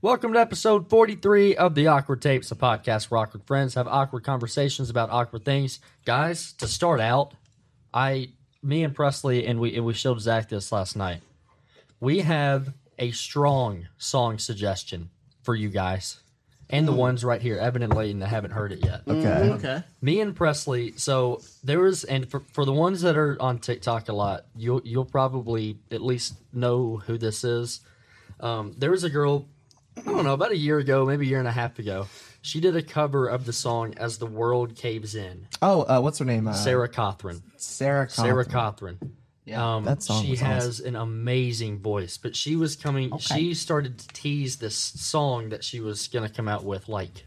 Welcome to episode 43 of the Awkward Tapes, a podcast where awkward friends have awkward conversations about awkward things. Guys, to start out, I, me and Presley, and we and we showed Zach this last night. We have a strong song suggestion for you guys, and the ones right here, Evan and Layton, that haven't heard it yet. Okay. Okay. Me and Presley. So there was, and for, for the ones that are on TikTok a lot, you'll you'll probably at least know who this is. Um, there was a girl, I don't know, about a year ago, maybe a year and a half ago. She did a cover of the song "As the World Caves In." Oh, uh, what's her name? Uh, Sarah Cothran. Sarah. Compton. Sarah Cothran. Yeah. Um, That song she was awesome. has an amazing voice, but she was coming. She started to tease this song that she was going to come out with like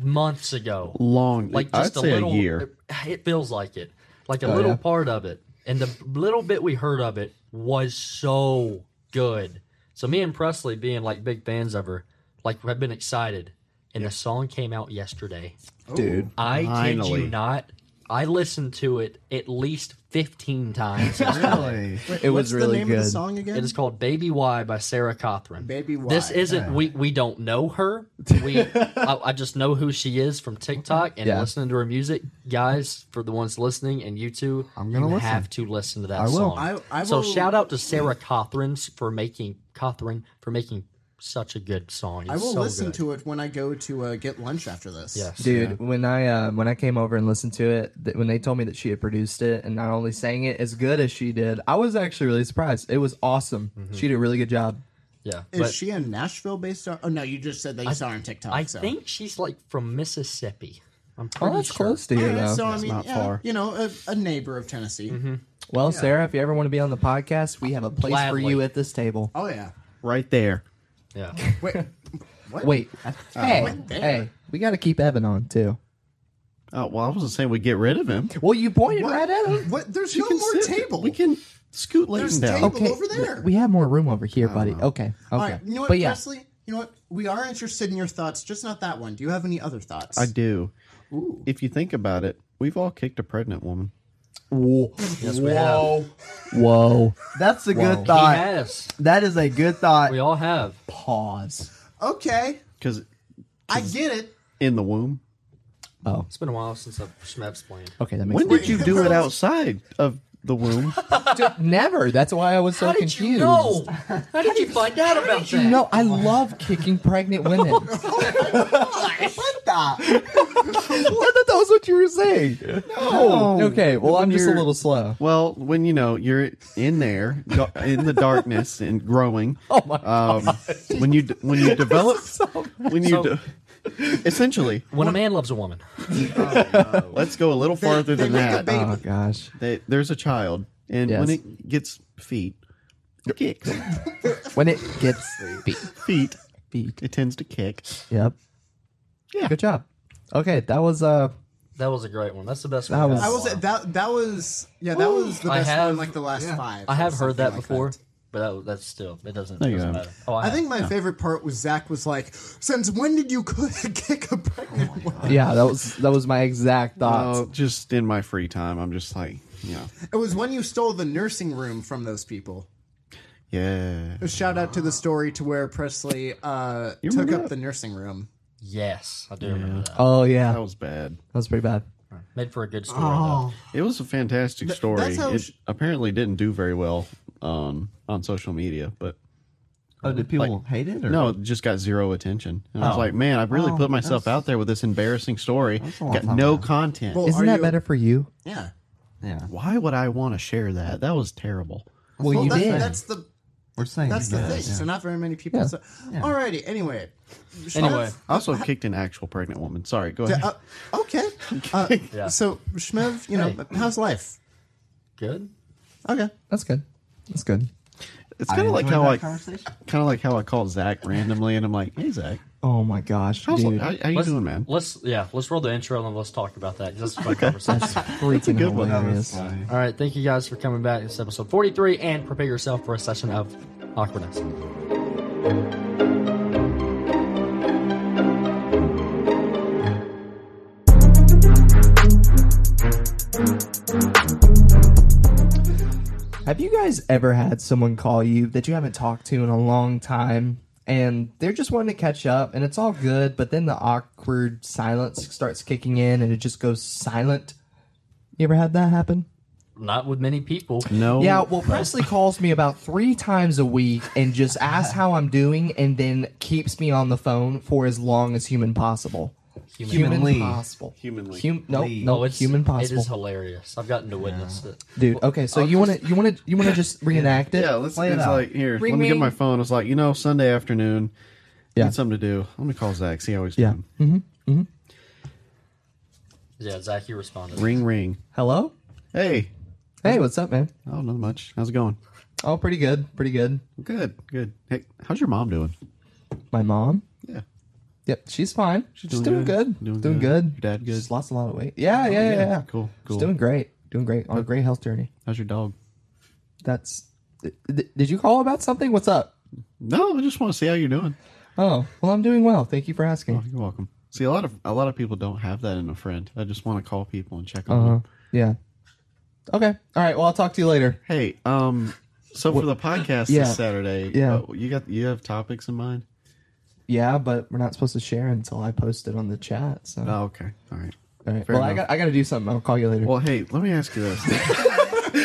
months ago long like just I'd say a little a year. Oh, It, it feels like it, like a little yeah. part of it, and the little bit we heard of it was so good. So me and Presley, being like big fans of her, like I've been excited, and the song came out yesterday. Dude. I kid Finally. you not, I listened to it at least fifteen times. Really? It was the really name good. of the song again? It is called "Baby Why" by Sarah Cothran. Baby Why, This isn't we we don't know her. We I, I just know who she is from TikTok and Yeah. listening to her music, guys. For the ones listening and you two, I'm gonna you listen. have to listen to that I will. song. I- I so will- shout out to Sarah Cothran for making Cothran for making such a good song. I will listen to it when I go to uh, get lunch after this. Yes, Dude, when I uh, when I came over and listened to it, th- when they told me that she had produced it and not only sang it as good as she did, I was actually really surprised. It was awesome. Mm-hmm. She did a really good job. Oh, yeah. Is But she a Nashville based star? Oh no, you just said that you saw her on TikTok. I so. think she's like from Mississippi. I'm pretty Oh, that's sure. close to All you, right, though. so I mean, not yeah, far. you know, a, a neighbor of Tennessee. Mm-hmm. well, Sarah, if you ever want to be on the podcast, we have a place Gladly. for you at this table. Oh yeah. right there. Yeah. Wait. what? Wait, hey, went there. hey, we got to keep Evan on too. Oh well, I wasn't saying we get rid of him. Well, you pointed What? right at him. What? There's You no can more sit- table. We can scoot There's Layton down. table. Okay, over there. we have more room over here, buddy. Okay, okay. All right. You know what, but yeah, Presley? You know what? We are interested in your thoughts, just not that one. Do you have any other thoughts? I do. Ooh. If you think about it, we've all kicked a pregnant woman. whoa, Yes, we have. whoa, that's a good He thought. has. That is a good thought. We all have. Pause. Okay, Because I get it. in the womb, Oh, It's been a while since I've Schmep's played. okay, that makes when sense. did you do it outside of the womb? Never. That's why I was so How did confused. you know? How did you find out about that? You know, I love kicking pregnant women. I thought that was what you were saying. No. Okay. Well, I'm just a you're- little slow. Well, when you know you're in there go- in the darkness and growing. Oh my Um, when you d- when you develop when you So- de- essentially, When a man loves a woman, let's go a little farther they than make a that. baby. Oh gosh. They, there's a child, and when Yes. it gets feet, it kicks When it gets beat, feet. beat. It tends to kick. Yep. Yeah. Good job. Okay, that was uh. that was a great one. That's the best That one. was- I was that that was yeah that was the I best have- one like the last five. I or have heard something that like before, but that, that's still it doesn't, you doesn't go. matter. Oh, I, I think my favorite part was Zach was like, "Since when did you kick a Oh pregnant woman?" Yeah, that was that was my exact thoughts. Uh, just in my free time, I'm just like, you know, It was when you stole the nursing room from those people. yeah. A shout out to the story to where Presley uh, took remember up that? the nursing room. yes, I do remember that. oh yeah, That that was bad. was pretty bad. Made for a good story. It was a fantastic story. that's how It sh- apparently didn't do very well um, on social media, but Oh, did people hate it? Or? no, it just got zero attention. And I was like, man, I've really put myself out there with this embarrassing story. Got no content. Well, Isn't are that you- better for you? Yeah. Yeah. Why would I want to share that? That was terrible. Well, you that- did. That's the We're saying that's the that, thing. yeah. So not very many people. So, Alrighty. Anyway. Anyway, I also kicked an actual pregnant woman. Sorry, go ahead. Uh, okay. Uh, Yeah. So Shmev, you know, how's life? good. uh, Okay. That's good. That's good. It's I kind of like enjoyed how that I kind conversation. of like how I called Zach randomly, and I'm like, "Hey, Zach, Oh my gosh, how's, dude. how, how you Let's- doing, man?" Let's yeah, let's roll the intro and let's talk about that. 'cause That's a fun conversation. freaking good one. That was hilarious. funny. All right, thank you guys for coming back. It's episode forty-three, and prepare yourself for a session of awkwardness. Have you guys ever had someone call you that you haven't talked to in a long time and they're just wanting to catch up and it's all good, but then the awkward silence starts kicking in and it just goes silent? You ever had that happen? Not with many people. No, Yeah, well, Presley calls me about three times a week and just asks how I'm doing and then keeps me on the phone for as long as human possible. Humanly. possible. Humanly. Hum- no, Lee. no, Oh, it's it's human It is possible. hilarious. I've gotten to witness it. Dude, okay, so you want to you want to you want to just reenact it? yeah. Let's. Play it it's out. like here. Ring, let me get ring. my phone. It's like you know, Sunday afternoon. Yeah. Need something to do. I'm gonna call Zach. See how he's Yeah. doing. Yeah, Zach, you responded. Ring, ring. Hello? Hey. Hey, what's up, man? Oh, not much. How's it going? Oh, pretty good. Pretty good. Good. Good. Hey, how's your mom doing? My mom. Yeah. Yep, she's fine. She's, doing, good. Doing, good. Your dad good? Oh, She's lost a lot of weight. Yeah, yeah, yeah, yeah. yeah. Cool, cool. Uh, She's doing great. Doing great on a great health journey. How's your dog? That's. th- th- Did you call about something? What's up? No, I just want to see how you're doing. Oh, well, I'm doing well. Thank you for Oh, asking. you're welcome. See, a lot of a lot of people don't have that in a friend. I just want to call people and check on Uh huh. them. Yeah. Okay. All right. Well, I'll talk to you later. Hey, um, so for the podcast Yeah. this Saturday, Yeah. uh, you got you have topics in mind? Yeah, but we're not supposed to share until I post it on the chat. So. Oh, okay, all right. All right. fair Well, I enough. got I got to do something. I'll call you later. Well, hey, let me ask you this.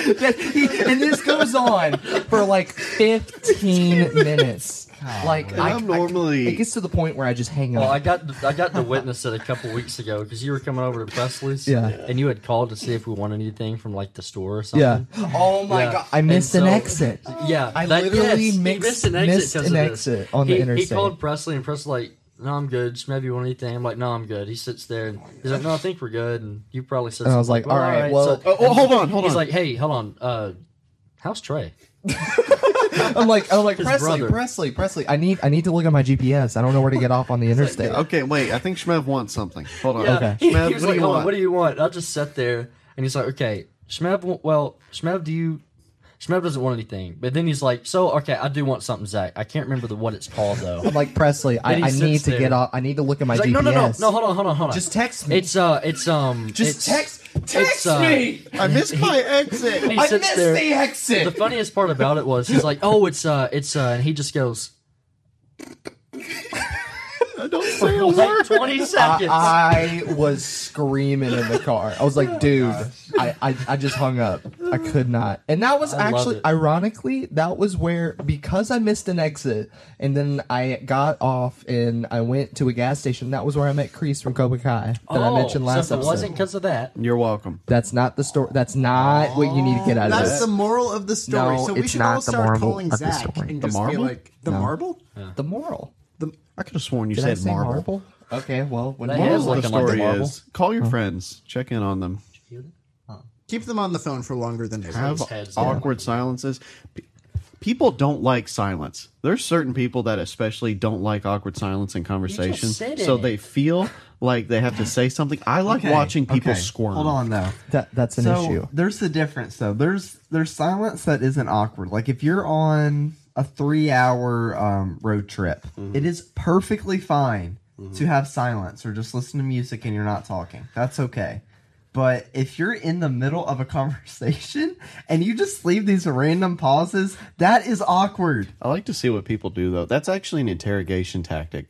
and this goes on for like 15 minutes. Like I, I'm I- normally it gets to the point where I just hang up. Well, Oh, I got I got to witness it a couple weeks ago because you were coming over to Presley's, Yeah. and you had called to see if we wanted anything from like the store or yeah. something. Oh my Yeah. god, I missed And an so- exit. yeah. I that- literally yes, he mixed- missed an exit, missed 'cause an of this. exit on the he, He interstate. called Presley, and Presley's like, "No, I'm good. Maybe you want anything?" I'm like, "No, I'm good." He sits there and he's like, "No, I think we're good." And you probably said, And I was something like, "All right, well, Oh, oh, hold on, hold he's on. like, "Hey, hold on. Uh, how's Trey?" I'm like, I'm like Presley, brother. Presley, Presley. I need, I need to look at my GPS. I don't know where to get off on the interstate. okay, wait. I think Shmev wants something. Hold on. Yeah. He, Shmev, he was what do like, you "Hold on, want? what do you want? I'll just sit there. And he's like, okay, Shmev, wa- well, Shmev, do you. Shmev doesn't want anything. But then he's like, so, okay, I do want something, Zach. I can't remember the, what it's called, though. I'm like Presley, I, Then he I need sits to get there. off. I need to look at my He's like, GPS. no, no, no, no, hold on, hold on, hold on. Just text me. It's, uh, it's, um. Just it's, text, it's, text uh, me. I missed my exit. He I sits missed there. the exit. The funniest part about it was he's like, oh, it's, uh, it's, uh, and he just goes, I don't say a like word. 20 seconds. Ah, I was screaming in the car. I was Oh like, dude, I, I, I just hung up. I could not. And that was love actually, it. ironically, that was where, because I missed an exit and then I got off and I went to a gas station, that was where I met Crease from Cobra Kai ah, that I Oh, mentioned last so if it episode. wasn't because of that. You're welcome. that's not the story. That's not what you need to get out of That's this. the moral of the story. No, so we it's should not all the start moral calling of the Zach story. and The just marble? be like, the marble? The moral. I could have sworn you Did I said say marble. marble? Okay, well, when That Moral is of looking the like a story marble. is call your friends, check in on them, Keep them on the phone for longer than ever. have heads down. awkward silences. P- People don't like silence. There's certain people that especially don't like awkward silence in conversation, said so it. they feel like they have to say something. I like Okay, watching people okay. squirm. Hold on though. that, that's an so issue. there's the difference though. There's there's silence that isn't awkward. Like if you're on a three hour um, road trip, it is perfectly fine to have silence or just listen to music and you're not talking. That's okay. But if you're in the middle of a conversation and you just leave these random pauses, that is awkward. I like to see what people do though. That's actually an interrogation tactic.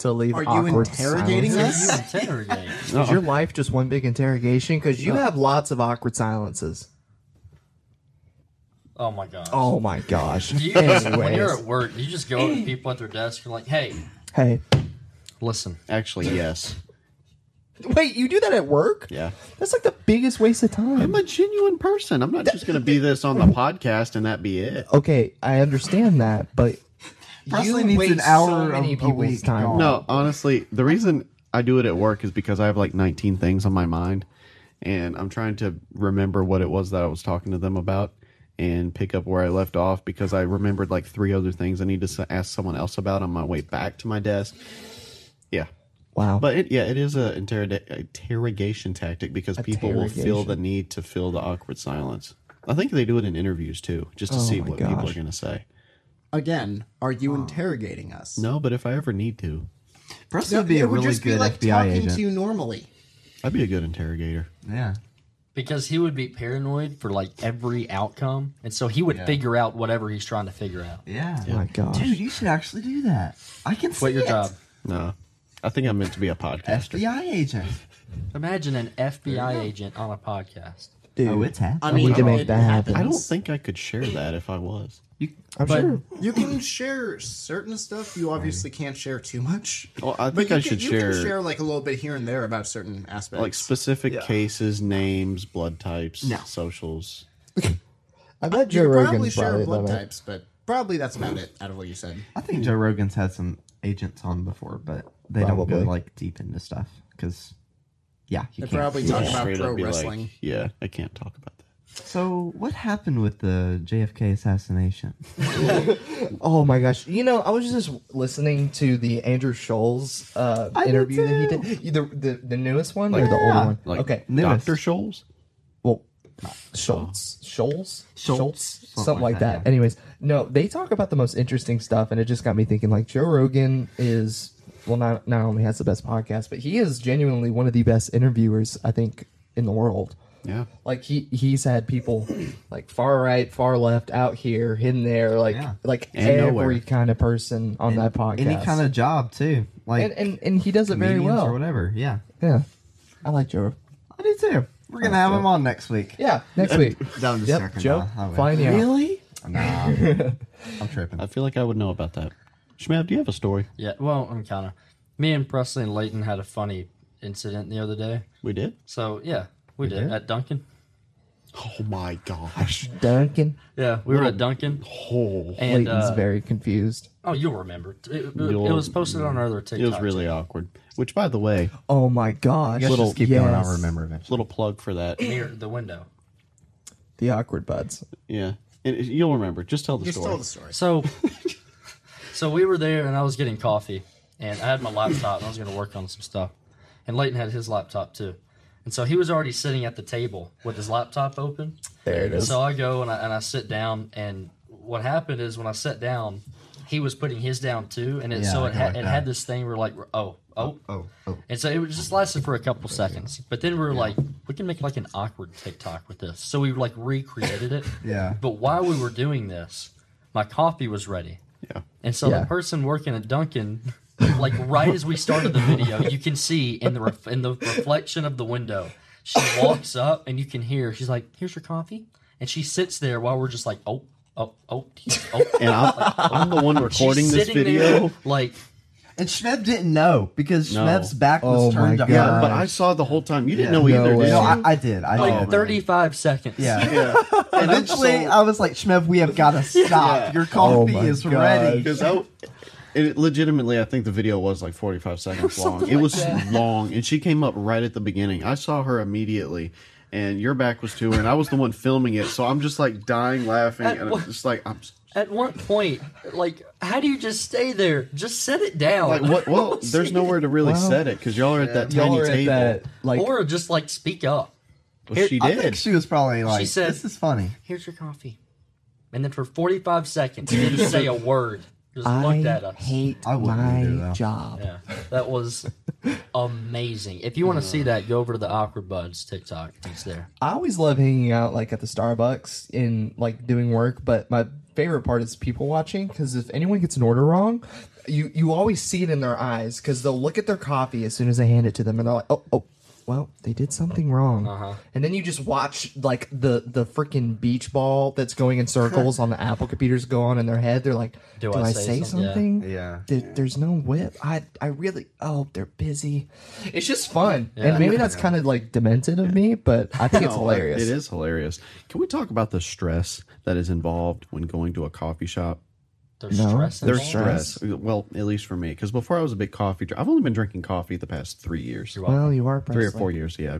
To leave Are you awkward interrogating silence. us? You interrogate. Is your life just one big interrogation? Because you have lots of awkward silences. Oh, my God. Oh my gosh. Do you, when you're Anyways. at work, do you just go up to people at their desk and like, hey, Hey. listen. Actually, yes. Wait, you do that at work? Yeah. That's like the biggest waste of I'm time. a genuine person. I'm not just going to be this on the podcast and that be it. Okay, I understand that, but Presley you needs waste an hour so many of a people's week time. gone. No, honestly, the reason I do it at work is because I have like 19 things on my mind and I'm trying to remember what it was that I was talking to them about. and pick up where I left off because I remembered like three other things I need to s- ask someone else about on my way back to my desk. Yeah. Wow. But it, yeah, it is a interroga- interrogation tactic because people will feel the need to fill the awkward silence. I think they do it in interviews too, just to see Oh my what people gosh. are going to say. Again, are you interrogating us? No, but if I ever need to, Preston No, would be it a would really just be good like FBI talking agent. to you normally. I'd be a good interrogator. yeah. because he would be paranoid for like every outcome, and so he would figure out whatever he's trying to figure out. Yeah. my gosh. Dude, you should actually do that. I can see Quit your it. job. No, I think I'm meant to be a podcaster. FBI agent. Imagine an FBI agent on a podcast. Dude, Oh, it's happening. I mean, need to make it that happen. I don't happens. think I could share that if I was. I'm But sure. You can share certain stuff. You obviously can't share too much. Well, I But think you I can- should you share, Can share like a little bit here and there about certain aspects. like specific cases, names, blood types, No. socials. I bet you Joe could probably Rogan's share probably blood done it. types, but probably that's about it out of what you said. I think Joe Rogan's had some agents on before, but they don't Probably. go like deep into stuff because, yeah, you They can't. probably talk Just about straight up pro be like, wrestling. yeah, I can't talk about that. So what happened with the JFK assassination? Oh my gosh! You know, I was just listening to the Andrew Scholes uh, did interview that he too. did. You- The, the the newest one or the old one? Like okay, newest. Doctor Scholes. well, Schultz, Scholes, Schultz, something, like, that. yeah. Anyways, no, they talk about the most interesting stuff, and it just got me thinking. Like Joe Rogan is well, not not only has the best podcast, but he is genuinely one of the best interviewers I think in the world. Yeah, Like he he's had people like far right, far left, out here, in there, like Yeah. like And every nowhere. kind of person on that podcast. Any kind of job too, like and, and and he does it very comedians or well. whatever. Yeah, Yeah, I like Joe. I do too. We're gonna have him on next week. Yeah, next week. That was Yep, second. Joe, I will. flying you out. really? Nah, I'm tripping. I feel like I would know about that. Shmav, do you have a story? Yeah, well, I'm kind of. Me and Presley and Leighton had a funny incident the other day. We did. So yeah, we did at Duncan. Oh my gosh! Duncan. Yeah, we were at Duncan. Oh, And Leighton's uh, very confused. oh, you'll remember. It, it- it You'll- was posted on our other TikTok. it was really awkward. Which, by the way, Oh my gosh! Let's little- just keep going. I'll yes. remember eventually. little plug for that. near the window. The awkward buds. Yeah, and it- you'll remember. Just tell the Just story. tell the story. So, so we were there, and I was getting coffee, and I had my laptop, and I was going to work on some stuff, and Leighton had his laptop too, and so he was already sitting at the table with his laptop open. There it And is. so I go and I, and I sit down, and what happened is when I sat down, he was putting his down too, and it, Yeah, so I it, go ha- like it that. had this thing where like oh oh Oh, oh. and so it was just lasted for a couple seconds. But then we were like, we can make like an awkward TikTok with this. So we like recreated it. Yeah. But while we were doing this, my coffee was ready. Yeah. And so Yeah. the person working at Dunkin', like right as we started the video, you can see in the ref- in the reflection of the window, she walks up and you can hear. She's like, "Here's your coffee," and she sits there while we're just like, "Oh, oh, oh, oh." And I'm, I'm the one She's recording this sitting video. there, like And Shmev didn't know because No. Shmev's back Oh was my turned to God. her. But I saw the whole time. You didn't Yeah. know either, No did way. you? no, I, I did. I like did. 35 seconds. Oh, Yeah. yeah, And I'm Eventually, so- I was like, Shmev, we have got to stop. Your coffee Oh my is ready. because I. It legitimately, I think the video was like 45 seconds long. It was long, and she came up right at the beginning. I saw her immediately, and your back was to her, and I was the one filming it. So I'm just like dying laughing, At and what- I'm just like, I'm s- At one point, like, how do you just stay there? Just set it down. like, what? Well, there's nowhere to really set it because y'all are at that tiny Y'all are at table. that like or just like speak up. Well, she I did. think she was probably like, said- this is funny. Here's your coffee. And then for 45 seconds, you didn't say a word. Just looked at I us. hate I wouldn't do my that. job. Yeah, that was amazing. If you want to see that, go over to the Awkward Buds TikTok. It's there. I always love hanging out like at the Starbucks and like doing work, but my favorite part is people watching because if anyone gets an order wrong, you you always see it in their eyes because they'll look at their coffee as soon as I hand it to them and they're like, oh oh. Well, they did something wrong, and then you just watch like the the freaking beach ball that's going in circles on the Apple computers go on in their head. They're like, "Do, I, say, something? Yeah. There- there's no whip. I I really oh they're busy. It's just fun, and maybe that's kind of like demented of me, but I think it's No, hilarious. It is hilarious. Can we talk about the stress that is involved when going to a coffee shop? There's stress. There's involved. stress. Well, at least for me, because before I was a big coffee drinker. I've only been drinking coffee the past three years, Well, you are three or Presley. four years. Yeah.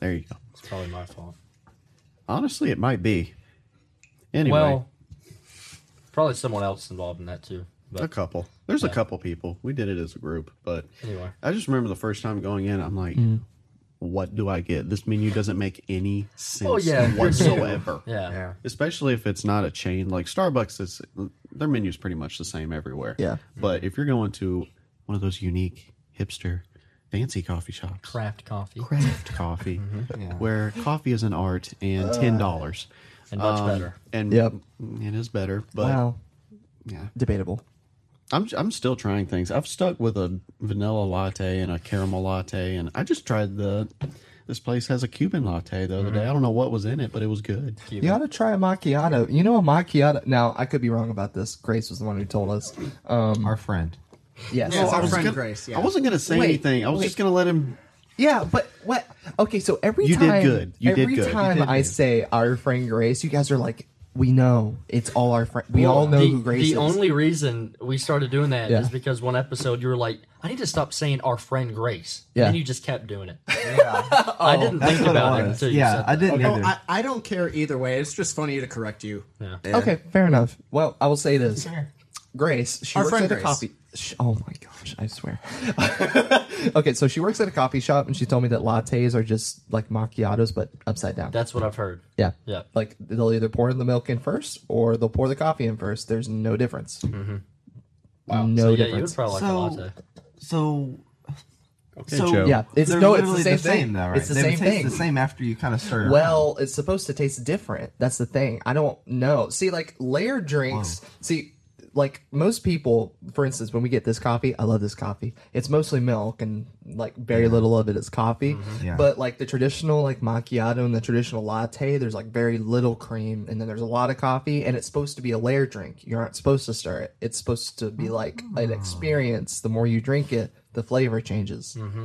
There you go. It's probably my fault. Honestly, it might be. Anyway, Well, probably someone else involved in that too. But a couple. There's a couple people. We did it as a group, but anyway, I just remember the first time going in, I'm like, Mm-hmm. what do I get? This menu doesn't make any sense Well, Oh, yeah, you're new. whatsoever. yeah. Yeah. Especially if it's not a chain like Starbucks, it's their menu's pretty much the same everywhere. Yeah. But if you're going to one of those unique hipster fancy coffee shops, craft coffee craft coffee, where coffee is an art and ten dollars. and much better. And Yep. it is better, but well, yeah. debatable. I'm I'm still trying things. I've stuck with a vanilla latte and a caramel latte, and I just tried the. This place has a Cuban latte the other day. I don't know what was in it, but it was good. You ought to try a macchiato. You know a macchiato. Now I could be wrong about this. Grace was the one who told us. Um, Our friend. yes. Yes, our was friend gonna- Grace. I Yeah. wasn't gonna say Wait, anything. I was wait. just gonna let him. Yeah, but what? Okay, so every You did time, good. You did every good. You time did I good. say our friend Grace, you guys are like, we know it's all our friend. We all know the, who Grace the is. only reason we started doing that is Yeah. because one episode you were like, I need to stop saying our friend Grace. Yeah. And you just kept doing it. I didn't think That's what about it Oh, it was. until you yeah, said I that. didn't Oh, either. I, I don't care either way. It's just funny to correct you. okay, fair enough. Well, I will say this, Grace. She Our works friend at a Grace. coffee. Sh- oh my gosh, I swear. okay, so she works at a coffee shop, and she told me that lattes are just like macchiatos, but upside down. That's what I've heard. yeah, Yeah. Like they'll either pour the milk in first, or they'll pour the coffee in first. There's no difference. Wow. No so yeah, you would difference. probably like a latte. so Okay, So- Joe. Yeah, it's they're no, it's literally the same, thing. though, right? It's the they would same taste thing. the same after you kind of stir. it up. Well, it's supposed to taste different. That's the thing. I don't know. See, like layered drinks. See, like most people, for instance, when we get this coffee, I love this coffee. It's mostly milk and like very little of it is coffee. Mm-hmm. Yeah. But like the traditional like macchiato and the traditional latte, there's like very little cream and then there's a lot of coffee and it's supposed to be a layered drink. You aren't supposed to stir it. It's supposed to be like Ah. an experience. The more you drink it, the flavor changes, Mm-hmm.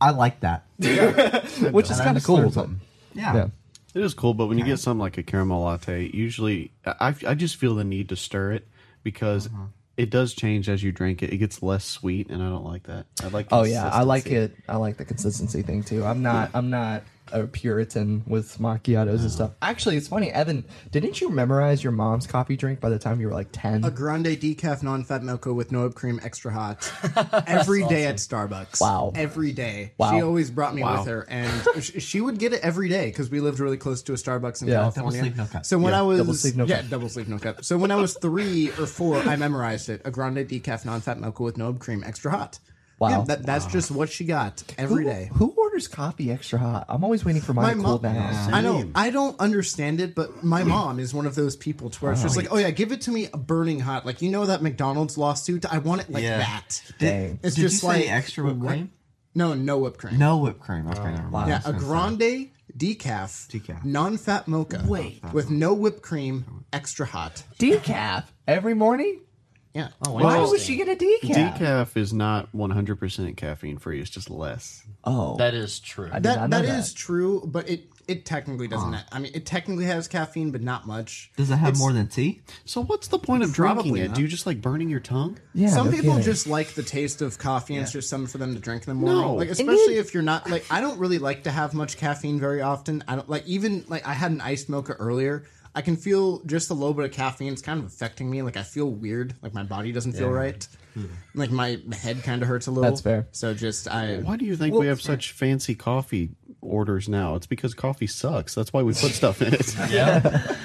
I like that. which is And kind I of just learned cool. but- something. Yeah. Yeah. It is cool, but when you get something like a caramel latte, usually I, I just feel the need to stir it because it does change as you drink it. It gets less sweet, and I don't like that. I like. Oh yeah, I like consistency. it. I like the consistency thing too. I'm not. I'm not a puritan with macchiatos and stuff. Actually, it's funny, Evan. Didn't you memorize your mom's coffee drink by the time you were like ten? A grande decaf non-fat mocha with no whipped cream, extra hot. Every day at Starbucks. Wow. Every day. Wow. She always brought me Wow. with her, and sh- she would get it every day because we lived really close to a Starbucks in Yeah. Double California. sleeve, no cup. So when I was double sleeve, no yeah, cup. double sleeve no cup. So when I was three or four, I memorized it: a grande decaf non-fat mocha with no whipped cream, extra hot. Wow. Yeah, that, that's just what she got every who, day. Who orders coffee extra hot? I'm always waiting for mine to cool mom- down. I know. I don't understand it, but my mom is one of those people to where it's just like, oh yeah, give it to me burning hot. Like you know that McDonald's lawsuit. I want it like Yeah. that. Dang. It's Did just you say like extra whipped what? cream? No, no whipped cream. No whipped cream. Okay, Oh, never mind. Yeah, I a was gonna grande decaf, Decaf. non-fat mocha, Wait. with no whipped cream, extra hot. Decaf every morning. Yeah. Oh, Why interesting. would she get a decaf? Decaf is not 100% caffeine free. It's just less. Oh, That is true. I did that not know that is true, but it it technically doesn't. ha- I mean, it technically has caffeine, but not much. Does it have more than tea? So what's the point of drinking Probably it? not. Do you just like burning your tongue? Yeah, some no people kidding. just like the taste of coffee and it's just something for them to drink in the morning. No. Like And especially if you're not like I don't really like to have much caffeine very often. I don't like even like I had an iced mocha earlier. I can feel just a little bit of caffeine. It's kind of affecting me. Like I feel weird. Like my body doesn't feel right. Like my head kind of hurts a little. Hmm. That's fair. So just I Why do you think we have such fancy coffee orders now? It's because coffee sucks. That's why we put stuff in it. yeah.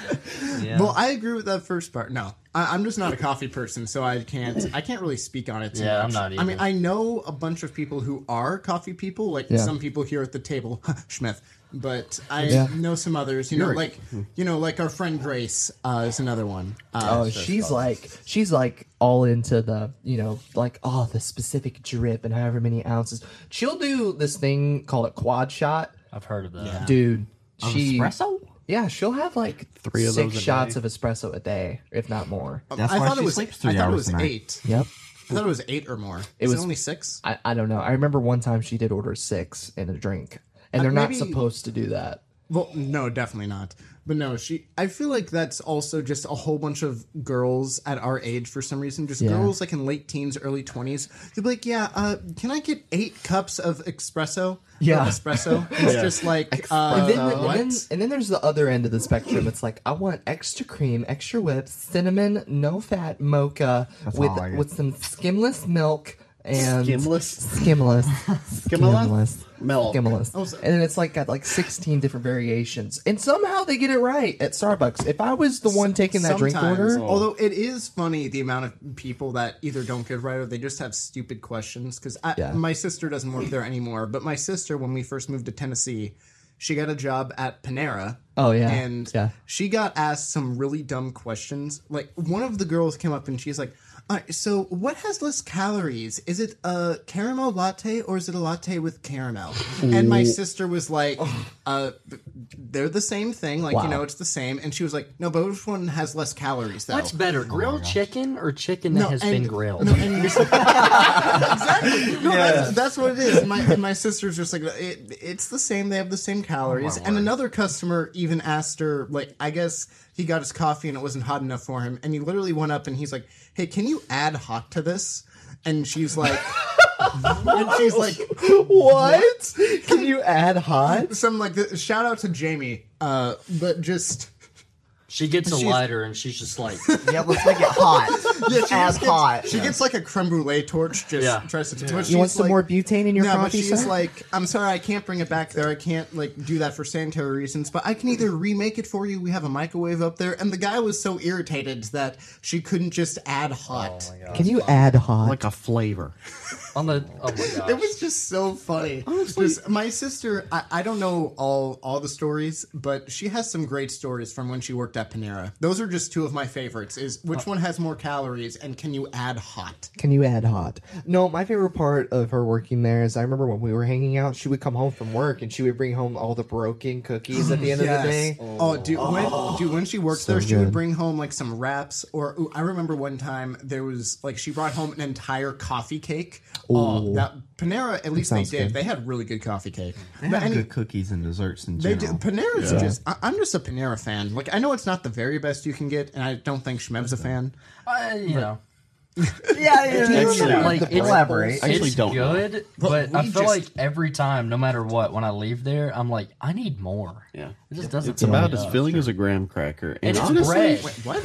Well, I agree with that first part. No, I, I'm just not a coffee person, so I can't. I can't really speak on it. Too Yeah, I'm much. not I mean, either. I know a bunch of people who are coffee people, like Yeah. some people here at the table, Schmidt. But I Yeah. know some others. You know, like you know, like our friend Grace uh, is another one. Uh, Oh, she's like she's like all into the you know like oh the specific drip and however many ounces. She'll do this thing called a quad shot, I've heard of that. dude. She Espresso? yeah, she'll have like Three of six those a shots day. of espresso a day, if not more. That's I why thought she it was. I sleeps three thought it hours was a night. eight. Yep. I thought it was eight or more. It was- it only six. I, I don't know. I remember one time she did order six in a drink, and they're not maybe- supposed to do that. Well, no, definitely not. But no, she. I feel like that's also just a whole bunch of girls at our age for some reason. Just girls like in late teens, early twenties. They'll be like, "Yeah, uh, can I get eight cups of espresso?" Yeah. Or espresso. It's just like uh, and, then, and what? then- and then there's the other end of the spectrum. It's like I want extra cream, extra whip, cinnamon, no fat mocha with all I get. with some skimless milk and Skimless? skimless, Skimless? Milk. skimless. And then it's like got like 16 different variations, and somehow they get it right at Starbucks. If I was the one taking that drink Sometimes. order, Although it is funny the amount of people that either don't get it right or they just have stupid questions. Because Yeah. my sister doesn't work there anymore, but my sister, when we first moved to Tennessee, she got a job at Panera. Oh, yeah. and Yeah. she got asked some really dumb questions. Like one of the girls came up and she's like. All right, so what has less calories? Is it a caramel latte or is it a latte with caramel? And my sister was like, uh, they're the same thing. Like, you know, it's the same. And she was like, no, but which one has less calories, though? What's better, grilled chicken or chicken that has been and- grilled? No, and you're- exactly. No, that's, that's what it is. And My and my sister's just like it, it's the same. They have the same calories. and another customer even asked her, like, I guess he got his coffee and it wasn't hot enough for him, and he literally went up and he's like, "Hey, can you add hot to this?" And she's like, and she's like, what? Can you add hot? some like th- shout out to Jamie, uh, but just. she gets a lighter and she's just like, Yeah, let's make it hot. Yeah, Just add just gets, hot. She gets like a creme brulee torch. Just Yeah. tries to. but You want she's some like- more butane in your No, but coffee? she's sir? like, I'm sorry, I can't bring it back there. I can't like do that for sanitary reasons, but I can either remake it for you. We have a microwave up there, and the guy was so irritated that she couldn't just add hot. Oh Can you add hot? like a flavor. on the, oh my it gosh. was just so funny. Just- my sister, I, I don't know all all the stories, but she has some great stories from when she worked at Panera. Those are just two of my favorites. Is Uh, which one has more calories, and can you add hot? Can you add hot? No, my favorite part of her working there is I remember when we were hanging out, she would come home from work and she would bring home all the broken cookies at the end of the day. Oh, dude, when, dude, when she worked there, she would bring home like some wraps. Or ooh, I remember one time there was like she brought home an entire coffee cake. Oh, that Panera. At least they sounds did. good. They had really good coffee cake. They have good cookies and desserts in They general. do, Panera's just. I, I'm just a Panera fan. Like I know it's not the very best you can get, and I don't think Shmev's a fan. I, you know. Yeah, yeah, yeah. Actually, yeah. like, it's- elaborate. I actually it's don't know. good, But but, I we feel just- like every time, no matter what, when I leave there, I'm like, I need more. Yeah. It just doesn't It's about fill me as up. filling as a graham cracker, and It's honestly, bread. Wait, what?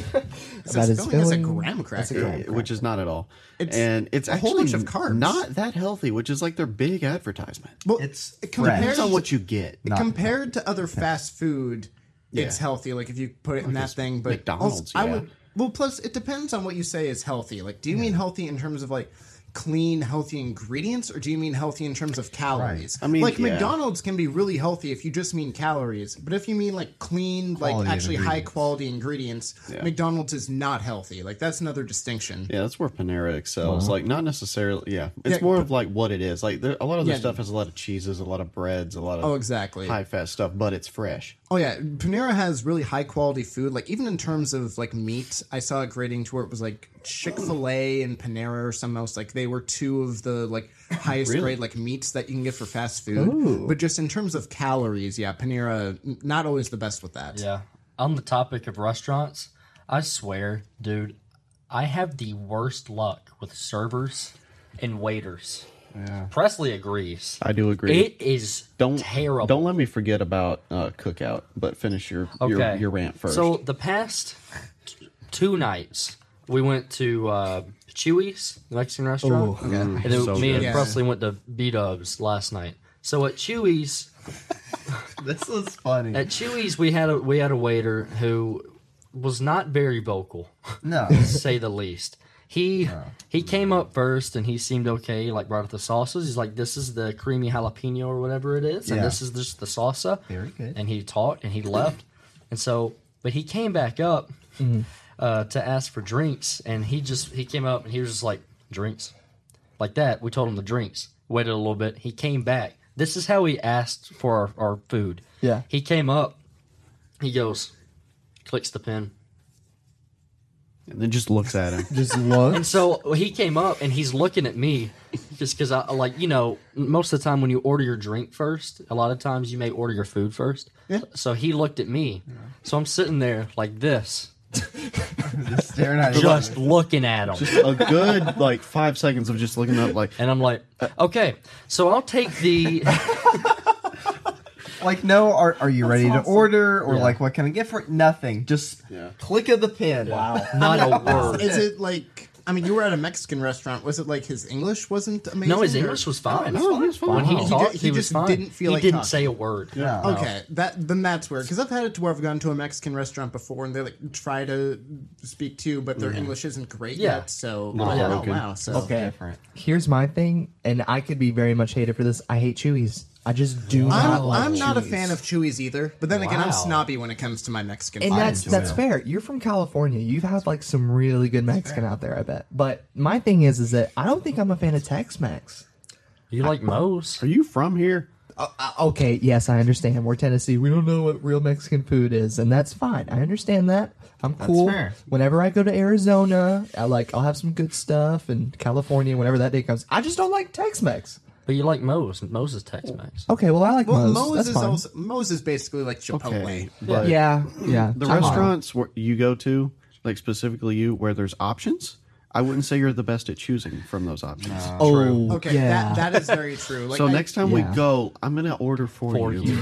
It's About as as filling as a filling- graham that's a cracker. graham. which is not at all, It's and it's a actually whole bunch of carbs. Not that healthy, which is like their big advertisement. Well, It's compared Depends to on what you get. compared to other fast food, it's Yeah. healthy. Like if you put it in that thing, but McDonald's, I yeah. would. Well, plus it depends on what you say is healthy. Like, do you mean healthy in terms of like clean, healthy ingredients, or do you mean healthy in terms of calories? I mean, like yeah. McDonald's can be really healthy if you just mean calories, but if you mean like clean, like Quality actually high ingredients. quality ingredients, Yeah. McDonald's is not healthy. Like that's another distinction. Yeah, that's where Panera excels. Like, not necessarily. Yeah, it's Uh-huh. Yeah, more of like what it is. Like, there, a lot of their Yeah. stuff has a lot of cheeses, a lot of breads, a lot of Oh, exactly. high fat stuff, but it's fresh. Oh yeah, Panera has really high quality food. Like even in terms of like meat, I saw a grading to where it was like Chick Fil A and Panera or something else. Like they were two of the like highest grade like meats that you can get for fast food. But just in terms of calories, yeah, Panera n- not always the best with that. Yeah. On the topic of restaurants, I swear, dude, I have the worst luck with servers and waiters. Presley agrees. I do agree. It is don't terrible. Don't let me forget about uh, cookout, but finish your your, your rant first. So the past t- two nights, we went to uh, Chewy's the Mexican restaurant, and then So me good. and Yeah. Presley went to B Dubs last night. So at Chewy's, this is funny. at Chewy's, we had a we had a waiter who was not very vocal, no, to say the least. He he came up first and he seemed okay. He, Like brought up the sauces. He's like, "This is the creamy jalapeno or whatever it is, and Yeah. this is just the salsa." Very good. And he talked and he left, and so but he came back up uh, to ask for drinks, and he just he came up and he was just like drinks, like that. We told him the drinks. Waited a little bit. He came back. This is how he asked for our, our food. Yeah. He came up. He goes, clicks the pin. and then just looks at him. Just look. And so he came up and he's looking at me, just because I like you know most of the time when you order your drink first, a lot of times you may order your food first. Yeah. So he looked at me, so I'm sitting there like this, Just staring at you. just looking at him. a good like five seconds of just looking up like and I'm like, okay, so I'll take the. Like, no, are, are you ready to order? Or, like, what can I get for it? Nothing. Just Yeah. click of the pen. Wow. Not a word. Is it like? I mean, you were at a Mexican restaurant. Was it like his English wasn't amazing? No, his or- English was fine. No, he was fine. When he He talked, did- he, he was just fine. didn't feel he like didn't talking. say a word. Yeah. Okay, that then that's weird because I've had it to where I've gone to a Mexican restaurant before and they like try to speak to you, but their English isn't great Yeah. yet. So Not I'm like, oh broken. wow, so Okay. Different. Here's my thing, and I could be very much hated for this. I hate Chewies. I just do I'm, not like I'm not a Chewies. fan of Chewies either, but then again, Wow. I'm snobby when it comes to my Mexican. And food. that's that's fair. You're from California. You've had like some really good Mexican out there, I bet. But my thing is, is that I don't think I'm a fan of Tex-Mex. You like Moe's? are you from here Uh, okay, yes, I understand. We're Tennessee. We don't know what real Mexican food is, and that's fine. I understand that. I'm cool. fair. Whenever I go to Arizona, I like I'll have some good stuff, and California, whenever that day comes, I just don't like Tex-Mex. But you like Moe's. Moe's is Tex-Mex. Okay, well I like well, Moe's. Moe's That's is fine. also uh, Moe's is basically like Chipotle. okay but yeah, yeah. the I'm fine. restaurants where you go to like specifically you where there's options i wouldn't say you're the best at choosing from those options Oh, Okay, yeah. that, that is very true. Like, so I- next time Yeah. we go i'm gonna order for, For you, you.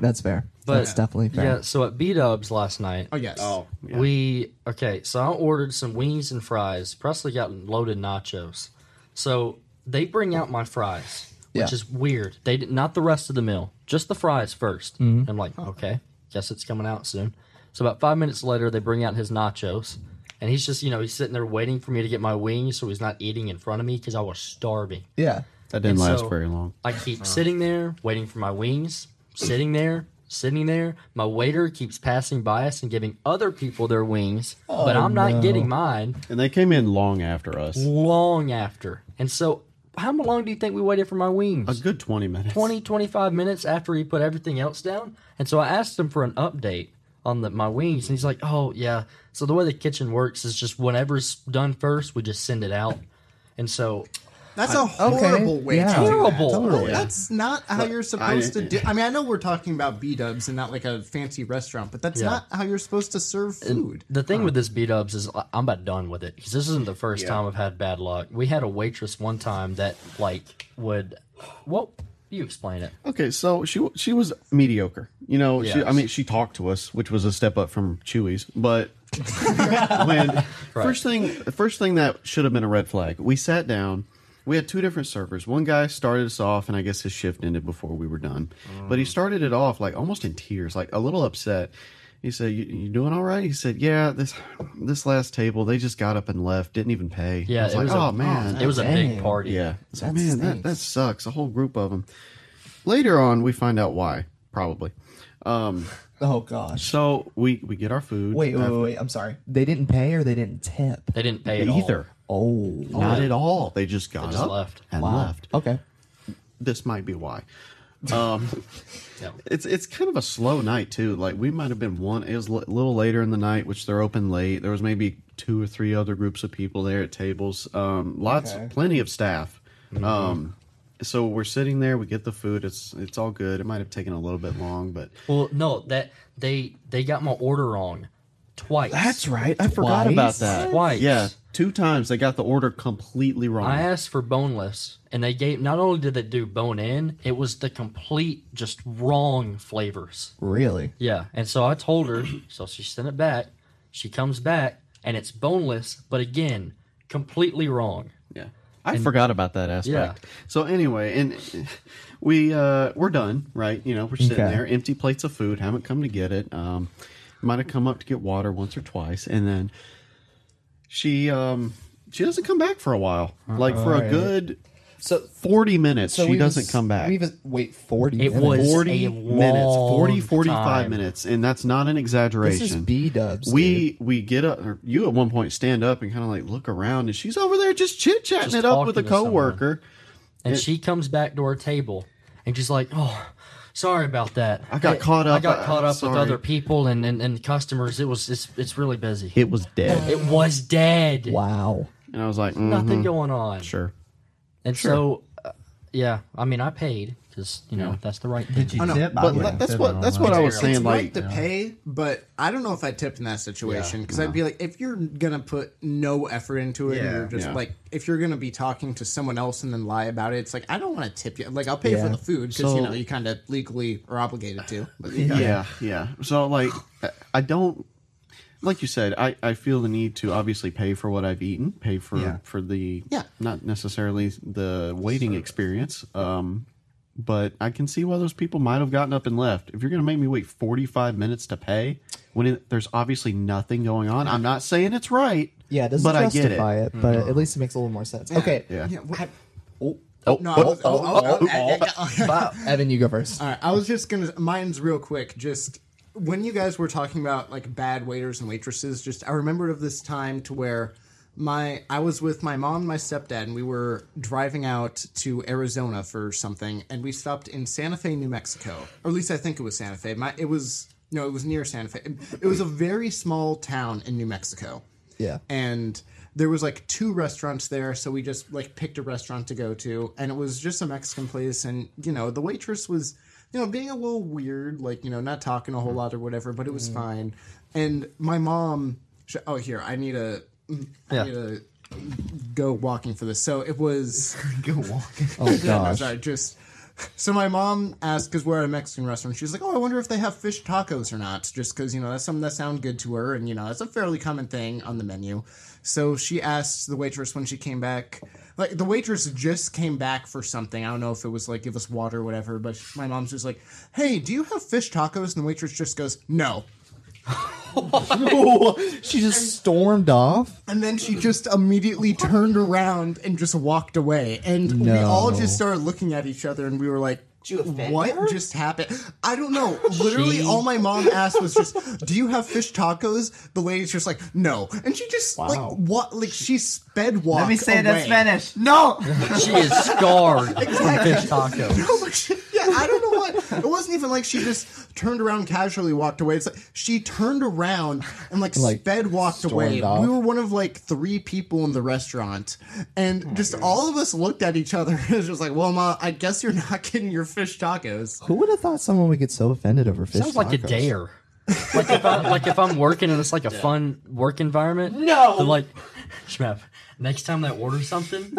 that's fair. that's definitely fair. Yeah. So at B Dubs last night, oh yes, Yeah. we okay. So I ordered some wings and fries. Presley got loaded nachos. So they bring out my fries, which Yeah. is weird. They did not the rest of the meal, just the fries 1st I'm like, okay, guess it's coming out soon. So about five minutes later, they bring out his nachos, and he's just you know he's sitting there waiting for me to get my wings, so he's not eating in front of me because I was starving. Yeah. that didn't And last so- very long I keep sitting there, waiting for my wings, sitting there, sitting there. My waiter keeps passing by us and giving other people their wings, but I'm not getting mine and they came in long after us long after. And so, how long do you think we waited for my a wings? good 20 minutes 20, 25 minutes after he put everything else down. And so, I asked him for an update on the, my wings, and he's like, Oh, yeah. So, the way the kitchen works is just whatever's done first, we just send it out. And so, that's a horrible way yeah. to do that. Terrible. Totally. That's not how you're supposed to do. I mean, I know we're talking about B Dubs and not like a fancy restaurant, but that's Yeah. not how you're supposed to serve food. The thing Uh-huh. with this beat ups is I- I'm about done with it because this isn't the first time I've had bad luck. We had a waitress one time that like would, well, you explain it. Okay, so she she was mediocre. You know, she, I Yes. mean, she talked to us, which was a step up from Chewy's. But when first thing, first thing that should have been a red flag. We sat down. We had two different servers. One guy started us off, and I guess his shift ended before we were done. Mm. But he started it off like almost in tears, like a little upset. He said, you, "You doing all right?" He said, "Yeah, this this last table, they just got up and left, didn't even pay." Yeah, I was it like, was a- "Oh man, It was a big Dang. party. yeah. It's like, That man, that, stinks. that sucks. A whole group of them. Later on, we find out why, probably. Oh gosh. So we, we get our food. Wait, wait, wait, wait. I'm sorry. They didn't pay or they didn't tip. They didn't pay at all. Either. Oh. Not at all. They just got just up left. and left. Okay. This might be why. Yeah. It's it's kind of a slow night too. Like we might have been one. It was a little later in the night, which they're open late. There was maybe two or three other groups of people there at tables. Um, lots, plenty of staff. Um, so we're sitting there. We get the food. It's it's all good. It might have taken a little bit long, but Well, no, that they they got my order wrong twice. That's right. I forgot about Twice? that. Twice. Yeah, two times they got the order completely wrong. I asked for boneless, and they gave. Not only did they do bone in, it was the complete just wrong flavors. Really? Yeah, and so I told her, so she sent it back. She comes back, and it's boneless, but again, completely wrong. yeah, I forgot about that aspect. So anyway, and we uh, we're done, right? You know, we're sitting Okay. there, empty plates of food. Haven't come to get it. Um, might have come up to get water once or twice, and then she um she doesn't come back for a while, like for a right. good So forty minutes. she we've- doesn't come back. We've wait 40 It minutes. was- a 40 minutes long 40 45 time. minutes and that's not an exaggeration This is B-dubs, we we get up or you at one point stand up and kind of like look around and she's over there just chit-chatting Just it up with a talking to someone. coworker And she comes back to our table, and she's like, "Oh, sorry about that. I got caught I up. got I- caught I'm up sorry." with other people and, and, and customers. It was it's it's really busy. It, it was dead was dead. Wow. and i was like Nothing mhm, going on. sure And so, uh, yeah, I mean, I paid because you know that's the right thing. Did you no. tip? I But wouldn't that's tip, what don't that's know. what I was it's saying. Like, right to pay, but I don't know if I tipped in that situation because I'd be like, if you're gonna put no effort into it, and Yeah. you're just Yeah. like, if you're gonna be talking to someone else and then lie about it, it's like I don't want to tip you. Like I'll pay Yeah. for the food because So- you know you kind of legally are obligated to. But yeah. yeah, So like, I- I don't like you said. I I feel the need to obviously pay for what I've eaten, pay for Yeah. for the Yeah. not necessarily the waiting experience. Um, but I can see why those people might have gotten up and left. If you're gonna make me wait 45 minutes to pay when it, there's obviously nothing going on, I'm not saying it's right. Yeah, it doesn't but I get it. justify it. but at least it makes a little more sense. Okay. Yeah. what- Oh, No, I oh, was- oh, oh, oh, eh, eh, oh. Wow. Evan, you go first. All right, I was just gonna. Mine's real quick. Just when you guys were talking about like bad waiters and waitresses, just I remembered of this time to where my I was with my mom and my stepdad, and we were driving out to Arizona for something, and we stopped in Santa Fe, New Mexico, or at least I think it was Santa Fe. My it was no, it was near Santa Fe. It- It was a very small town in New Mexico Yeah. and there was like two restaurants there so we just like picked a restaurant to go to and it was just a mexican place and you know the waitress was you know being a little weird like you know not talking a whole lot or whatever but it was fine and my mom sh- oh here i need a I Yeah. need to go walking for this so it was Go walking. oh gosh sorry just so my mom asked because we're at a Mexican restaurant. She's like, "Oh, I wonder if they have fish tacos or not." Just because you know that's something that sounded good to her, and you know that's a fairly common thing on the menu. So she asked the waitress when she came back. Like the waitress just came back for something. I don't know if it was like give us water or whatever. But sh- my mom's just like, "Hey, do you have fish tacos?" And the waitress just goes, "No." She just stormed off. And then she just immediately turned around and just walked away. And we No. all just started looking at each other and we were like, you offend what her? just happened? I don't know. Literally, all my mom asked was just, "Do you have fish tacos?" The lady's just like, "No," and she just Wow. like what? Like she sped walked. Let me say away. that's Spanish. No. she is scarred from fish tacos. No, like she, Oh yeah, I don't know what. It wasn't even like she just turned around casually, walked away. It's like she turned around and like, Like, sped, walked stormed away. off. We were one of like three people in the restaurant, and Oh just all of us looked at each other. and It was just like, "Well, ma, I guess you're not getting your fish tacos." Who would have thought someone would get so offended over fish? Sounds like a tacos? dare. Like if I like if I'm working and it's like a fun work environment. No. then, like Schmep, next time they order something,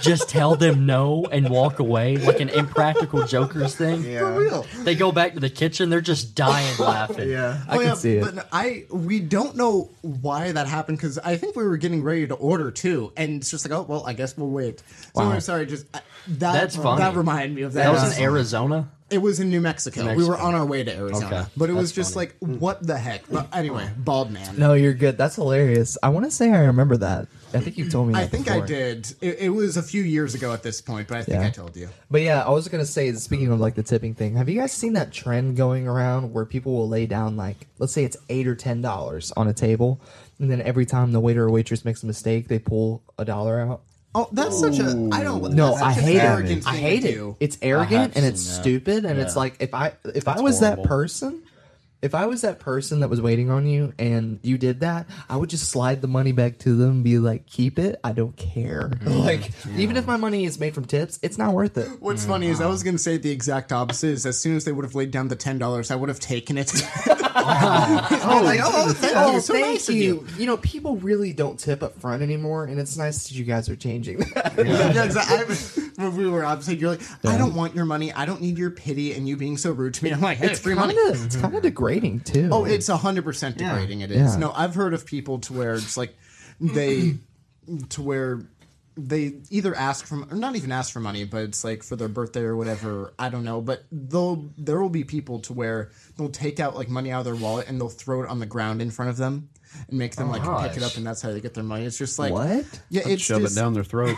just tell them no and walk away like an impractical jokers thing. For real. They go back to the kitchen, they're just dying laughing. yeah. I can see it. Oh, But no, I we don't know why that happened because I think we were getting ready to order too, and it's just like, oh well, I guess we'll wait. So I'm sorry, just I- that That's funny. that reminded me of that. That was in Arizona. it was in New Mexico. We were on our way to Arizona, Okay. but it was just like, what the heck? But anyway, bald man. Oh. No, you're good. That's hilarious. I want to say I remember that. I think you told me. That I think I before. did. It, it was a few years ago at this point, but I think Yeah. I told you. But yeah, I was gonna say. Speaking of like the tipping thing, have you guys seen that trend going around where people will lay down like, let's say it's eight or ten dollars on a table, and then every time the waiter or waitress makes a mistake, they pull a dollar out. Oh, that's such a. I don't. No, that's I such an hate arrogant it. I thing hate to it. do. It's arrogant and seen it's that. stupid and it's Yeah. like if I if I was that horrible. person, if I was that person that was waiting on you and you did that, I would just slide the money back to them and be like, "Keep it. I don't care." Mm-hmm. Like even if my money is made from tips, it's not worth it. What's funny is I Mm-hmm. was going to say the exact opposite. Is as soon as they would have laid down the ten dollars, I would have taken it. oh, like, oh, thank you, so thank nice of you. you. you. know, people really don't tip up front anymore, and it's nice that you guys are changing that. Yeah, 'cause I, I- when we were opposite, you're like, I don't want your money. I don't need your pity and you being so rude to me. I'm like, hey, it's free money. Kinda- it's kind of degrading too. Oh, it's hundred percent degrading. It is. Yeah. No, I've heard of people to where it's like they to where they either ask for or not even ask for money, but it's like for their birthday or whatever. I don't know, but they'll there will be people to where they'll take out like money out of their wallet and they'll throw it on the ground in front of them and make Oh, them like pick it up, and that's how they get their money. It's just like what? Yeah, it's shove just, it down their throat.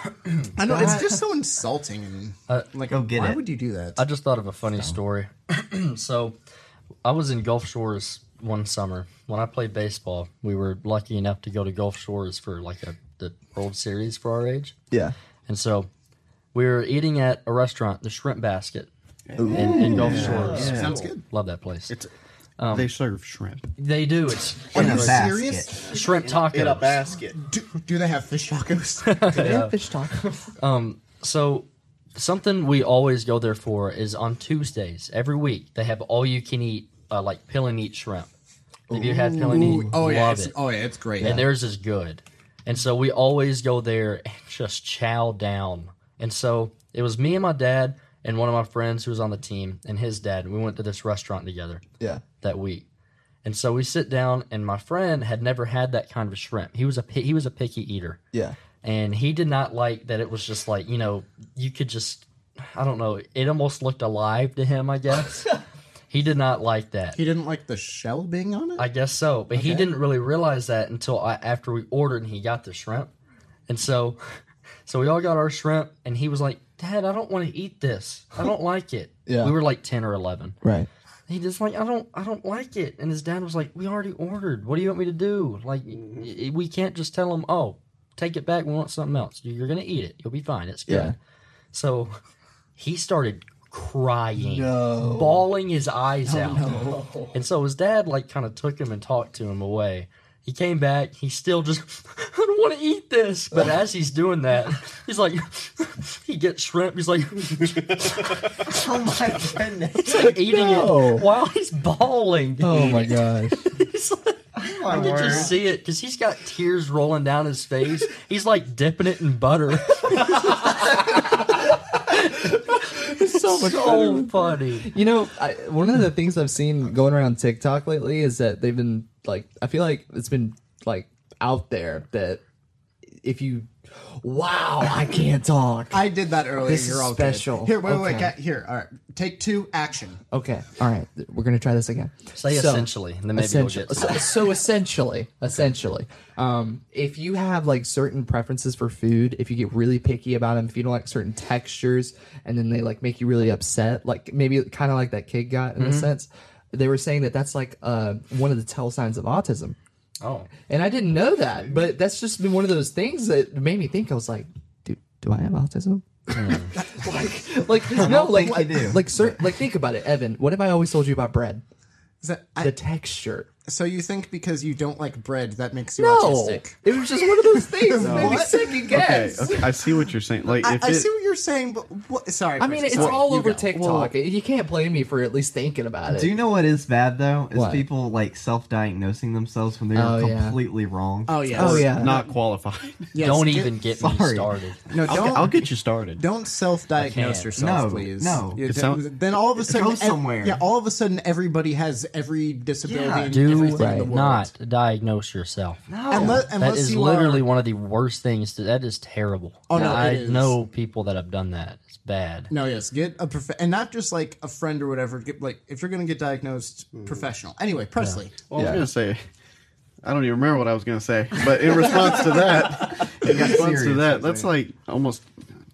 I know it's just so insulting and like Uh, Go get why it. would you do that? I just thought of a funny story. so, I was in Gulf Shores one summer when I played baseball. We were lucky enough to go to Gulf Shores for like a the World Series for our age, Yeah. and so we were eating at a restaurant, the Shrimp Basket, in, in Gulf Shores. Sounds good. Love that place. Um, they serve shrimp. they do. It's Are In a you basket. serious? shrimp tacos. basket. Do, do they have fish tacos? They have fish tacos. So something we always go there for is on Tuesdays every week. They have all you can eat, uh, like pill and eat shrimp. If you have pill and eat, Ooh, oh yeah, love it's, it. oh yeah, it's great. and theirs is good. And so we always go there and just chow down. And so it was me and my dad and one of my friends who was on the team and his dad. We went to this restaurant together Yeah. that week. And so we sit down, and my friend had never had that kind of shrimp. He was a pi- he was a picky eater Yeah. and he did not like that it was just like you know you could just i don't know it almost looked alive to him i guess he did not like that He didn't like the shell being on it. i guess so but he didn't really realize that until I, after we ordered and he got the shrimp and so so we all got our shrimp and he was like dad i don't want to eat this i don't like it Yeah. we were like 10 or 11 Right. he just like i don't i don't like it and his dad was like we already ordered what do you want me to do like y- y- we can't just tell him oh take it back we want something else You- you're gonna eat it you'll be fine it's good Yeah. so he started crying bawling his eyes out and so his dad like kind of took him and talked to him away he came back he's still just i don't want to eat this but as he's doing that he's like he gets shrimp he's like Oh my goodness. eating No. it while he's bawling Oh my gosh. He's like, I could just see it because he's got tears rolling down his face. He's like dipping it in butter. so much better so funny. You know, I, one of the things I've seen going around TikTok lately is that they've been like, I feel like it's been like out there that if you, wow, I can't talk. I did that earlier. This is You're all special. Good. Here, wait, wait, Okay. wait, here. All right, take two. Action. Okay, all right, th- we're gonna try this again. Say essentially, and then maybe you'll essential- get so, so essentially, essentially, um, if you have like certain preferences for food, if you get really picky about them, if you don't like certain textures, and then they like make you really upset, like maybe kind of like that kid got in a sense. They were saying that that's like uh, one of the tell signs of autism, Oh, and I didn't know that, but that's just been one of those things that made me think. I was like, dude, do I have autism? like, like no, like, think you do. like, cer- like, think about it, Evan. What have I always told you about bread? Is that, I, the texture. so you think because you don't like bread that makes you No, autistic? it was just one of those things. that made me What? second Okay, guess. okay, I see what you're saying. Like, I, if I it, see what you're saying, but what, sorry. I mean, it's Francis. Sorry, all you over go. TikTok. you can't blame me for at least thinking about it. Do you know what is bad though? Is What? people like self-diagnosing themselves when they're Oh, yeah. completely wrong. Oh yeah. oh yeah, not qualified. Yes, don't get- even get me sorry. started. No, I'll, don't. I'll get you started. Don't self-diagnose can't. yourself, No, please. no. You It d- sound- then all of a sudden, ev- somewhere. yeah, all of a sudden, everybody has every disability. Yeah. and Do everything in the world. not diagnose yourself. Unless, That unless is you literally Are, one of the worst things. To, that is terrible. Oh, no, I it is. know people that have done that. It's bad. no, yes, get a prof- and not just like a friend or whatever. Get like if you're gonna get diagnosed, professional. Anyway, Presley. Well, I was gonna say, I don't even remember what I was gonna say, but in response to that, in response to serious, that, I'm that's like almost.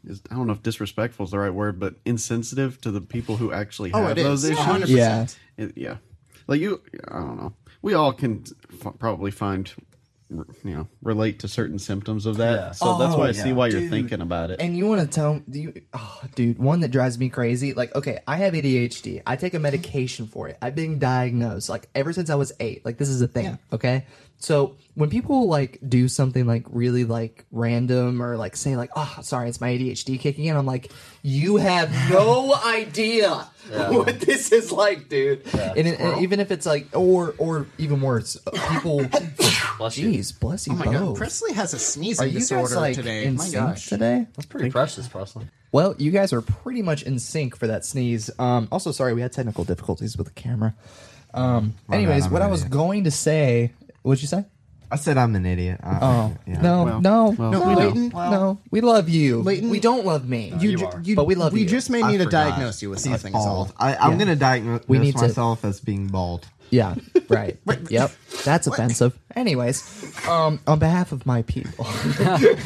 is- I don't know if disrespectful is the right word, but insensitive to the people who actually Oh, have it those is. issues. 100%. yeah, It- yeah, like you, I don't know. We all can f- probably find, r- you know, relate to certain symptoms of that. So that's Oh, why I yeah. see why you're thinking about it. and you want to tell do you, oh, dude, one that drives me crazy. Like, okay, I have ADHD. I Mm-hmm. take a medication for it. I've been diagnosed like ever since I was eight. Like, this is a thing. Okay, so when people like do something like really like random or like say like, oh, sorry, it's my ADHD kicking in. I'm like, you have no idea what this is like, dude. And, it- and even if it's like, or or even worse, uh, people. Bless you. Jeez, bless you Oh my both. god, Presley has a sneezing Are you guys disorder like today. in my sync gosh. today? That's pretty precious, Presley. Well, you guys are pretty much in sync for that sneeze. Um, also, sorry, we had technical difficulties with the camera. Um, anyways, I'm what an I was idiot. going to say, what'd you say? I said I'm an idiot. I- Oh, yeah. no, no, well, no, we know. Leighton, no. We love you. Leighton, we don't love me. You, you ju- are. you- But we love we you. just may I need to forgot. diagnose you with He's something. is all. bald. I, I'm Yeah. gonna diagnose We need to- myself as being bald. yeah, right. yep, that's offensive. Anyways, um, on behalf of my people. Your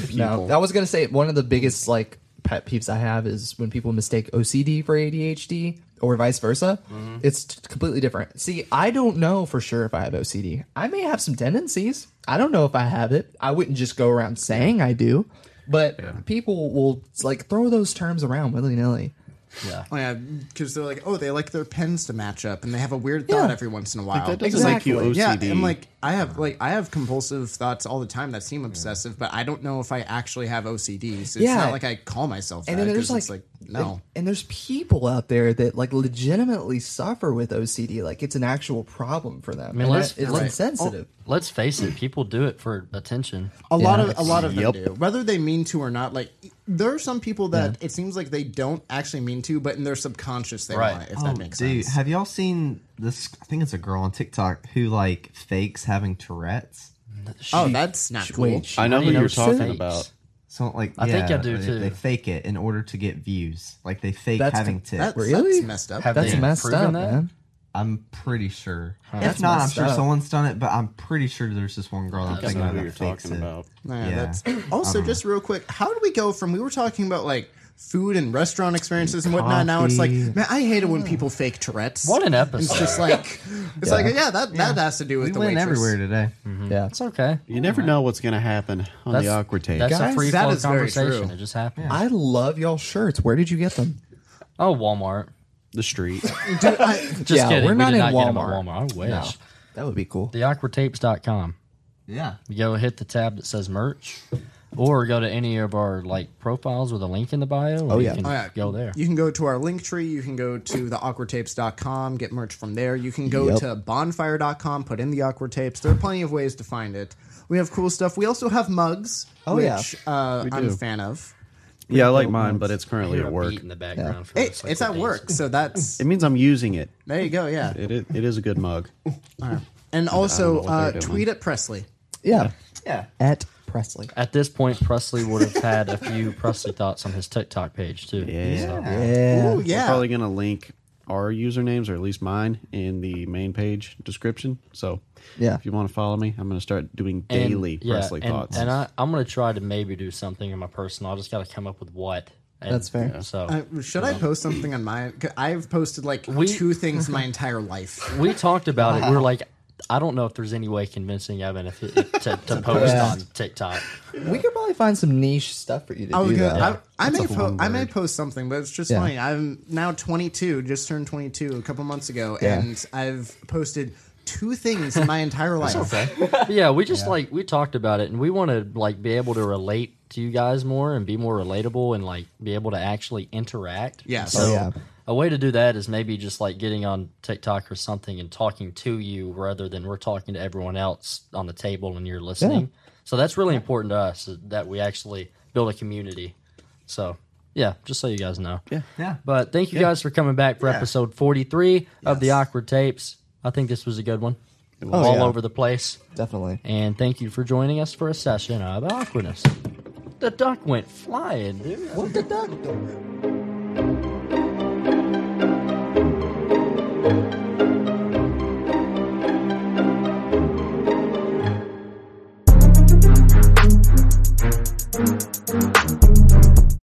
people. No, I was gonna say one of the biggest like pet peeves I have is when people mistake OCD for ADHD or vice versa. It's t- completely different. See, I don't know for sure if I have OCD. I may have some tendencies. I don't know if I have it. I wouldn't just go around saying I do, but people will like throw those terms around willy nilly. Yeah. Oh, yeah, because they're like, oh, they like their pens to match up, and they have a weird thought every once in a while. that doesn't make you Yeah, OCD. I'm like, I have like I have compulsive thoughts all the time that seem obsessive, but I don't know if I actually have OCD. So it's Yeah. not like I call myself that. and then there's 'cause like, it's like no, and, and there's people out there that like legitimately suffer with OCD. Like it's an actual problem for them. I mean, let's- it's right. insensitive. Let's face it, people do it for attention. a lot of a lot of them Yup. do, whether they mean to or not. Like there are some people that it seems like they don't actually mean to, but in their subconscious they Right. want it. If that makes Oh, dude, sense. have y'all seen this? I think it's a girl on TikTok who like fakes having Tourette's. oh, that's not cool. Wait, I know How do who you you're she talking fakes? about. So like, I think yeah, I do, they, too. They fake it in order to get views. Like they fake That's having con- tits. That's, Really? that's messed up. Have that's they messed proven up, that? man. I'm pretty sure. if That's not, I'm messed sure up. someone's done it. But I'm pretty sure there's this one girl. I'm I thinking know of who that you're fakes talking it. about. Yeah, Yeah. that's also just real quick. How do we go from we were talking about like food and restaurant experiences and whatnot? Now it's like, Coffee. man, I hate it when people fake Tourette's. What an episode. It's just like it's like yeah, that that has to do with We the went waitress. everywhere today. Yeah. It's okay. You never know what's going to happen on That's the awkward tape. That's Guys, a free that flow is very conversation. true. It just happened. I love y'all shirts. Where did you get them? Oh, Walmart. the street. Dude, I, Just Yeah, kidding. we're we not did in not get 'em at Walmart. Walmart. I wish. No. That would be cool. theawkwardtapes.com. Yeah. You go hit the tab that says merch, or go to any of our like profiles with a link in the bio. and Oh, you yeah. can Oh, yeah. go there. You can go to our link tree. You can go to theawkwardtapes.com, get merch from there. You can go Yep. to bonfire.com, put in the awkward tapes. There are plenty of ways to find it. We have cool stuff. We also have mugs, Oh, which yeah. uh, I'm a do. fan of. yeah, I like mine, but it's currently Hear at a work. beat in the background. for It, this, like, it's the at dance. work, so that's It means I'm using it. there you go. Yeah, It is, it is a good mug. and also what they're uh, doing. tweet at Presley. Yeah. Yeah. At Presley. At this point, Presley would have had a few Presley thoughts on his TikTok page too. So, Yeah. Yeah. Ooh, We're yeah, probably going to link our usernames, or at least mine, in the main page description. So Yeah. if you want to follow me, I'm going to start doing and- daily yeah, Presley and, thoughts. And I, I'm gonna try to maybe do something in my personal. I just got to come up with what. And That's fair. Yeah. So Uh, should Oh. I post something on my? 'cause I've posted like We- two things my entire life. we talked about it. We were like, I don't know if there's any way convincing Evan if it, to, to post Yeah. on TikTok. We could probably find some niche stuff for you to Oh, I was do. gonna, though. I, I may That's a po- long I may word. post something, but it's just Yeah. funny. I'm now 22, just turned 22 a couple months ago, Yeah. and I've posted two things in my entire life. But yeah, we just like we talked about it, and we want to like be able to relate to you guys more and be more relatable and like be able to actually interact. Yes. So Oh, yeah. a way to do that is maybe just like getting on TikTok or something and talking to you rather than we're talking to everyone else on the table and you're listening. So that's really important to us that we actually build a community. So yeah, just so you guys know. Yeah. Yeah. But thank you guys for coming back for episode 43 of the Awkward Tapes. I think this was a good one. All yeah. over the place. Definitely. And thank you for joining us for a session of awkwardness. The duck went flying, dude. What the duck?